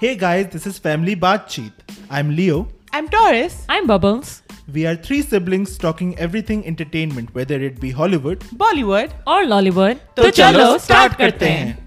Hey guys, this is Family Cheat. I'm Leo. I'm Taurus, I'm Bubbles We are three siblings talking everything entertainment, whether it be Hollywood. Bollywood. और Lollywood तो चलो start करते हैं। हैं।